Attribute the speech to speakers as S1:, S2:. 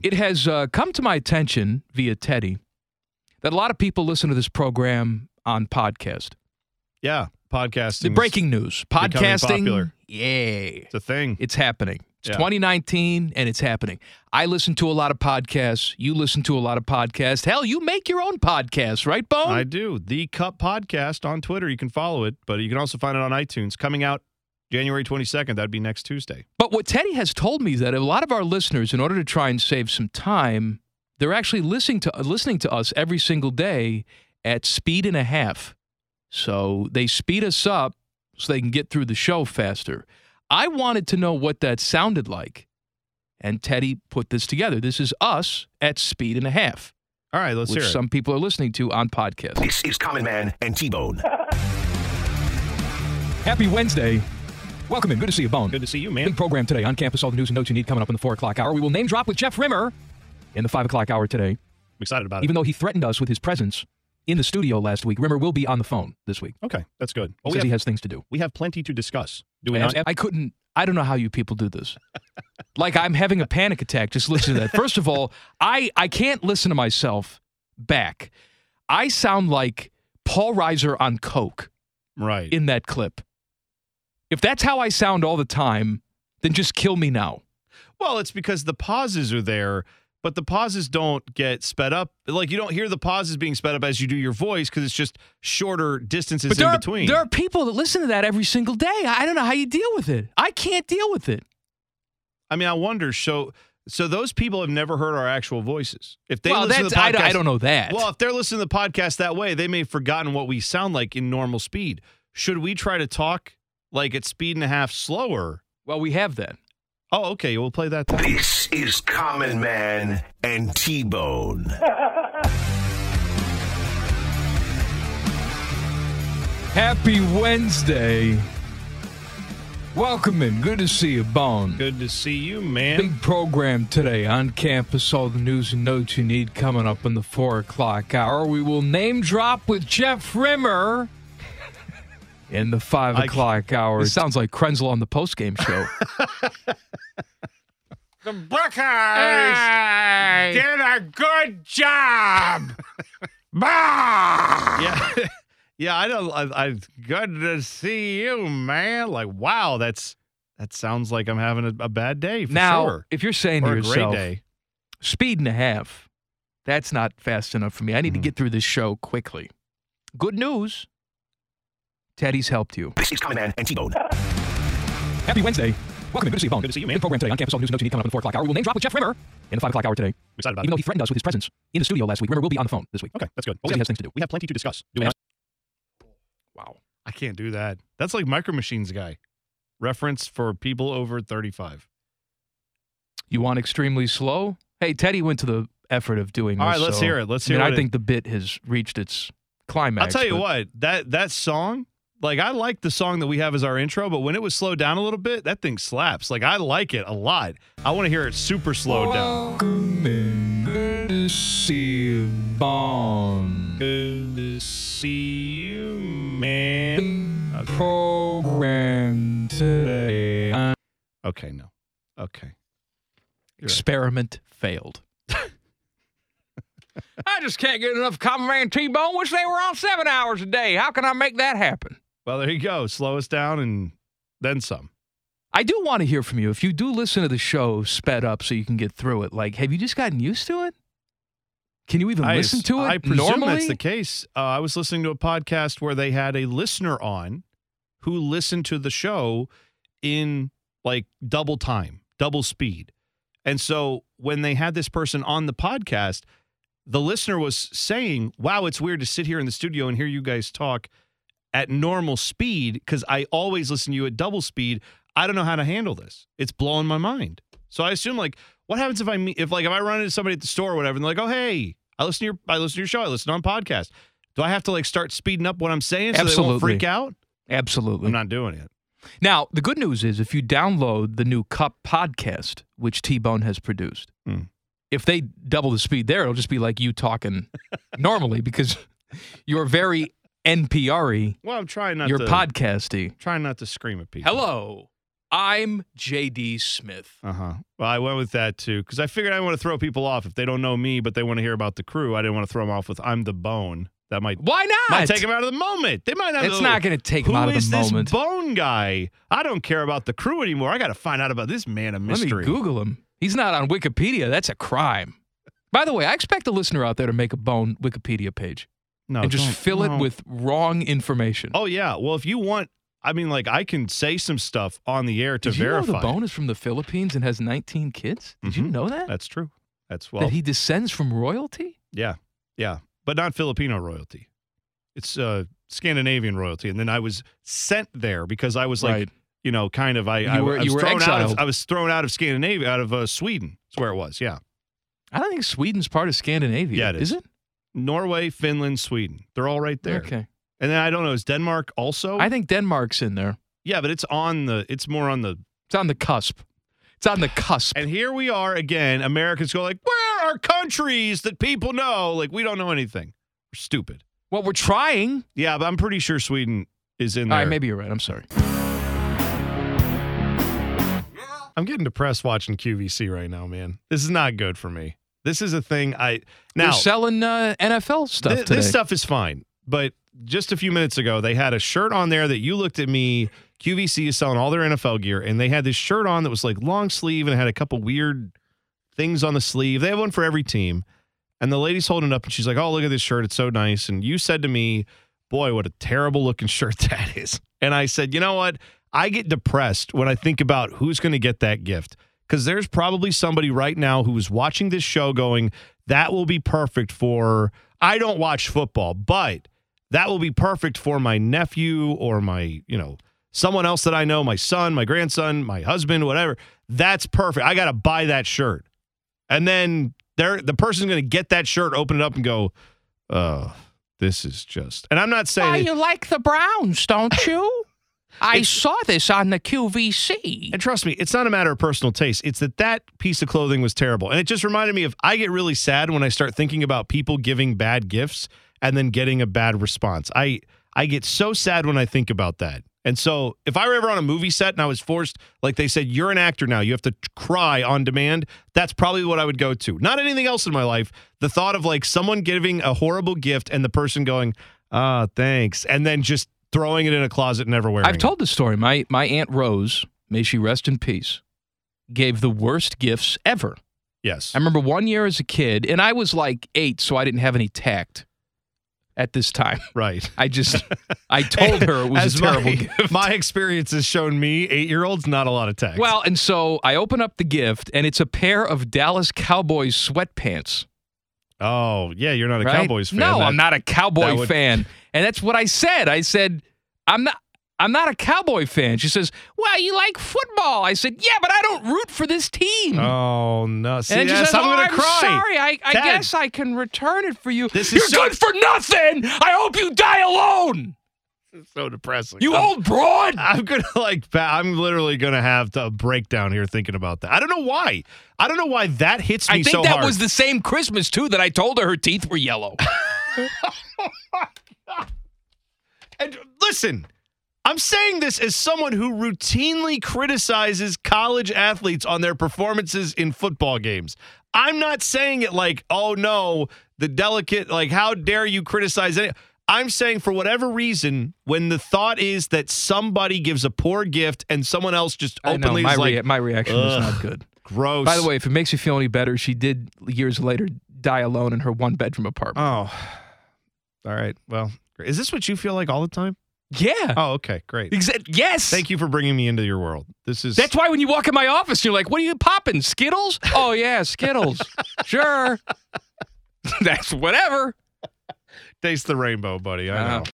S1: It has uh, come to my attention via Teddy that a lot of people listen to this program on podcast.
S2: Yeah, podcasting.
S1: The
S2: is-
S1: breaking news, podcasting.
S2: popular.
S1: Yay.
S2: It's a thing.
S1: It's happening. It's
S2: Yeah.
S1: 2019 and it's happening. I listen to a lot of podcasts. You listen to a lot of podcasts. Hell, you make your own podcast, right, Bone?
S2: I do. The Cup Podcast on Twitter. You can follow it, but you can also find it on iTunes. Coming out January 22nd. That'd be next Tuesday.
S1: But what Teddy has told me is that a lot of our listeners, in order to try and save some time, they're actually listening to listening to us every single day at speed and a half. So they speed us up so they can get through the show faster. I wanted to know what that sounded like, and Teddy put this together. This is us at speed and a half,
S2: All right, let's
S1: which
S2: hear it.
S1: some people are listening to on podcast.
S3: This is Common Man and T-Bone.
S1: Happy Wednesday! Welcome in. Good to see you, Bone.
S2: Good to see you,
S1: Big
S2: man.
S1: program today on campus. All the news and notes you need coming up in the four o'clock hour. We will name drop with Jeff Rimmer in the five o'clock hour today.
S2: I'm excited about it.
S1: Even though he threatened us with his presence in the studio last week, Rimmer will be on the phone this week
S2: Okay, that's good. Oh,
S1: because
S2: we,
S1: he
S2: have,
S1: has things to do.
S2: we have plenty to discuss. Do we
S1: And
S2: not?
S1: I couldn't. I don't know how you people do this. like I'm having a panic attack just listening to that. First of all, I I can't listen to myself back. I sound like Paul Reiser on coke
S2: Right.
S1: in that clip. If that's how I sound all the time, then just kill me now.
S2: Well, it's because the pauses are there, but the pauses don't get sped up. Like you don't hear the pauses being sped up as you do your voice because it's just shorter distances
S1: there
S2: in
S1: are,
S2: between.
S1: There are people that listen to that every single day. I don't know how you deal with it. I can't deal with it.
S2: I mean, I wonder. So, so those people have never heard our actual voices. If they
S1: well,
S2: listen
S1: that's
S2: to the podcast,
S1: I, don't- I don't know that.
S2: Well, if they're listening to the podcast that way, they may have forgotten what we sound like in normal speed. Should we try to talk like at speed and a half slower?
S1: Well, we have that.
S2: Oh, okay. We'll play that. then.
S3: This is Common Man and T-Bone.
S1: Happy Wednesday. Welcome in. Good to see you, Bone.
S2: Good to see you, man.
S1: Big program today on campus. All the news and notes you need coming up in the four o'clock hour. We will name drop with Jeff Rimmer in the five
S2: I-
S1: o'clock hour. It sounds like Krenzel on the postgame show.
S2: did a good job. yeah, yeah. I don't. I, I. Good to see you, man. Like, wow, that's that sounds like I'm having a, a bad day for
S1: now,
S2: sure,
S1: if you're saying
S2: or
S1: to
S2: a great
S1: yourself,
S2: day.
S1: speed and a half. That's not fast enough for me. I need
S2: Mm-hmm.
S1: to get through this show quickly. Good news. Teddy's helped you.
S3: This is Common Man and T-Bone.
S1: Happy Wednesday. Welcome to Good to See You Bone.
S2: Good to see you, man.
S1: Big program today on campus. All the news and notes you need coming up in the 4 o'clock hour. We'll name drop with Jeff Rimmer in the 5 o'clock hour today.
S2: Excited about
S1: Even though
S2: it.
S1: he threatened us with his presence in the studio last week, Rimmer will be on the phone this week.
S2: Okay, that's good.
S1: Because
S2: We
S1: he
S2: have,
S1: has things to do.
S2: we have plenty to discuss. Do we
S1: Yeah.
S2: not?
S1: Wow.
S2: I can't do that. That's like Micro Machines guy. Reference for people over 35.
S1: You want extremely slow? Hey, Teddy went to the effort of doing
S2: All
S1: this.
S2: right, let's
S1: so-
S2: hear it. Let's
S1: I
S2: hear
S1: mean,
S2: what
S1: I
S2: it-
S1: think the bit has reached its climax.
S2: I'll tell you
S1: but-
S2: what, that that song, like I like the song that we have as our intro, but when it was slowed down a little bit, that thing slaps. Like I like it a lot. I want to hear it super slowed down.
S1: Welcome in. Good to see you, Bone.
S2: Good to see you, man.
S1: program today.
S2: Okay, no. Okay.
S1: Experiment failed. I just can't get enough Common Man T Bone. Wish they were on seven hours a day. How can I make that happen?
S2: Well, there you go. Slow us down and then some.
S1: I do want to hear from you. If you do listen to the show sped up so you can get through it, like, have you just gotten used to it? Can you even listen to it
S2: I presume
S1: normally?
S2: that's the case. Uh, I was listening to a podcast where they had a listener on who listened to the show in like double time, double speed. And so when they had this person on the podcast, the listener was saying, Wow, it's weird to sit here in the studio and hear you guys talk at normal speed because I always listen to you at double speed. I don't know how to handle this. It's blowing my mind. So I assume like, what happens if I meet if like if I run into somebody at the store or whatever and they're like, oh hey, I listen to your I listen to your show, I listen on podcast. Do I have to like start speeding up what I'm saying so they
S1: Absolutely.
S2: won't freak out?
S1: Absolutely.
S2: I'm not doing it.
S1: Now, the good news is if you download the new Cup podcast, which T Bone has produced,
S2: Hmm.
S1: if they double the speed there, it'll just be like you talking normally because you're very NPR y,
S2: Well, I'm trying not
S1: you're
S2: to
S1: podcasty.
S2: trying not to scream at people.
S1: Hello. I'm JD Smith.
S2: Uh huh. Well, I went with that too because I figured I didn't want to throw people off if they don't know me, but they want to hear about the crew. I didn't want to throw them off with "I'm the Bone." That might
S1: Why not?
S2: might take them out of the moment. They might not.
S1: it's
S2: know,
S1: not going to take
S2: "Who
S1: him out of
S2: is
S1: the
S2: this
S1: moment.
S2: Bone guy. I don't care about the crew anymore. I got to find out about this man of
S1: Let me
S2: mystery.
S1: Google him. He's not on Wikipedia. That's a crime. By the way, I expect the listener out there to make a bone Wikipedia page
S2: no,
S1: and just
S2: don't-
S1: fill
S2: no.
S1: it with wrong information.
S2: Oh yeah. Well, if you want, I mean, like I can say some stuff on the air to
S1: Did you know
S2: verify.
S1: the bone is from the Philippines and has 19 kids? Did you
S2: Mhm.
S1: know that?
S2: That's true. That's well.
S1: that he descends from royalty?
S2: Yeah, yeah, but not Filipino royalty. It's uh, Scandinavian royalty, and then I was sent there because I was like,
S1: Right.
S2: you know, kind of I,
S1: You
S2: I,
S1: were-
S2: I
S1: you
S2: was
S1: were
S2: thrown out.
S1: exiled.
S2: Of, I was thrown out of Scandinavia, out of uh, Sweden. That's where it was. Yeah,
S1: I don't think Sweden's part of Scandinavia.
S2: Yeah, it
S1: is.
S2: is.
S1: it?
S2: Norway, Finland, Sweden. They're all right there. Oh.
S1: Okay.
S2: And then I don't know, is Denmark also?
S1: I think Denmark's in there.
S2: yeah, but it's on the. It's more on the.
S1: It's on the cusp. It's on the cusp.
S2: And here we are again. Americans go like, where are countries that people know? Like we don't know anything. We're stupid.
S1: well, we're trying.
S2: Yeah, but I'm pretty sure Sweden is in
S1: All
S2: there.
S1: right, maybe you're right. I'm sorry.
S2: I'm getting depressed watching QVC right now, man. This is not good for me. This is a thing I now
S1: They're selling uh, NFL stuff
S2: thi-
S1: today.
S2: this stuff is fine, but just a few minutes ago they had a shirt on there that you looked at me. QVC is selling all their NFL gear, and they had this shirt on that was like long sleeve and it had a couple weird things on the sleeve. They have one for every team, and the lady's holding it up and she's like, "Oh, look at this shirt! It's so nice." And you said to me, "Boy, what a terrible looking shirt that is." And I said, "You know what? I get depressed when I think about who's going to get that gift because there's probably somebody right now who is watching this show going, that will be perfect for, I don't watch football, but that will be perfect for my nephew or my, you know, someone else that I know, my son, my grandson, my husband, whatever. That's perfect. I got to buy that shirt. And then there, the person's going to get that shirt, open it up, and go, oh, this is just. And I'm not saying.
S1: Why you like the Browns, don't you? I saw this on the QVC.
S2: And trust me, it's not a matter of personal taste. It's that that piece of clothing was terrible. And it just reminded me of I get really sad when I start thinking about people giving bad gifts and then getting a bad response. I I get so sad when I think about that. And so, if I were ever on a movie set and I was forced, like they said, you're an actor now, you have to cry on demand, that's probably what I would go to. Not anything else in my life. The thought of like someone giving a horrible gift and the person going, ah, thanks, and then just throwing it in a closet and never wearing
S1: I've
S2: it.
S1: told this story. My my aunt Rose, may she rest in peace, gave the worst gifts ever.
S2: Yes.
S1: I remember one year as a kid, and I was like eight, so I didn't have any tact at this time.
S2: right.
S1: I just I told her it was
S2: As
S1: a terrible
S2: my,
S1: gift.
S2: My experience has shown me eight year olds not a lot of tact.
S1: Well, and so I open up the gift, and it's a pair of Dallas Cowboys sweatpants.
S2: oh yeah, you're not a
S1: right?
S2: Cowboys fan.
S1: No,
S2: That-
S1: I'm not a Cowboy
S2: that would-
S1: fan, and that's what I said. I said I'm not. I'm not a Cowboy fan. She says, "Well, you like football." I said, "Yeah, but I don't root for this team."
S2: Oh no! See,
S1: and then she
S2: yes,
S1: says,
S2: I'm
S1: "Oh, I'm
S2: gonna cry.
S1: sorry. I, I
S2: Dad.
S1: guess I can return it for you.
S2: This is
S1: You're
S2: so-
S1: good for nothing. I hope you die alone.
S2: So depressing.
S1: You
S2: I'm,
S1: old broad."
S2: I'm gonna like. ba- I'm literally gonna have to breakdown here thinking about that. I don't know why. I don't know why that hits me
S1: I think
S2: so
S1: that
S2: hard.
S1: was the same Christmas too that I told her her teeth were yellow.
S2: And listen, I'm saying this as someone who routinely criticizes college athletes on their performances in football games. I'm not saying it like, oh no, the delicate, like, how dare you criticize any. I'm saying for whatever reason, when the thought is that somebody gives a poor gift and someone else just
S1: I know,
S2: openly
S1: my,
S2: is like,
S1: rea- my reaction was
S2: "Ugh."
S1: not good.
S2: gross.
S1: By the way, if it makes you feel any better, she did years later die alone in her one bedroom apartment.
S2: oh, all right. Well, is this what you feel like all the time?
S1: yeah.
S2: Oh, okay, great.
S1: Exa- yes.
S2: Thank you for bringing me into your world. This is
S1: That's why when you walk in my office, you're like, what are you popping? Skittles? Oh, yeah, Skittles. sure. That's whatever.
S2: Taste the rainbow, buddy. I
S1: Uh,
S2: know.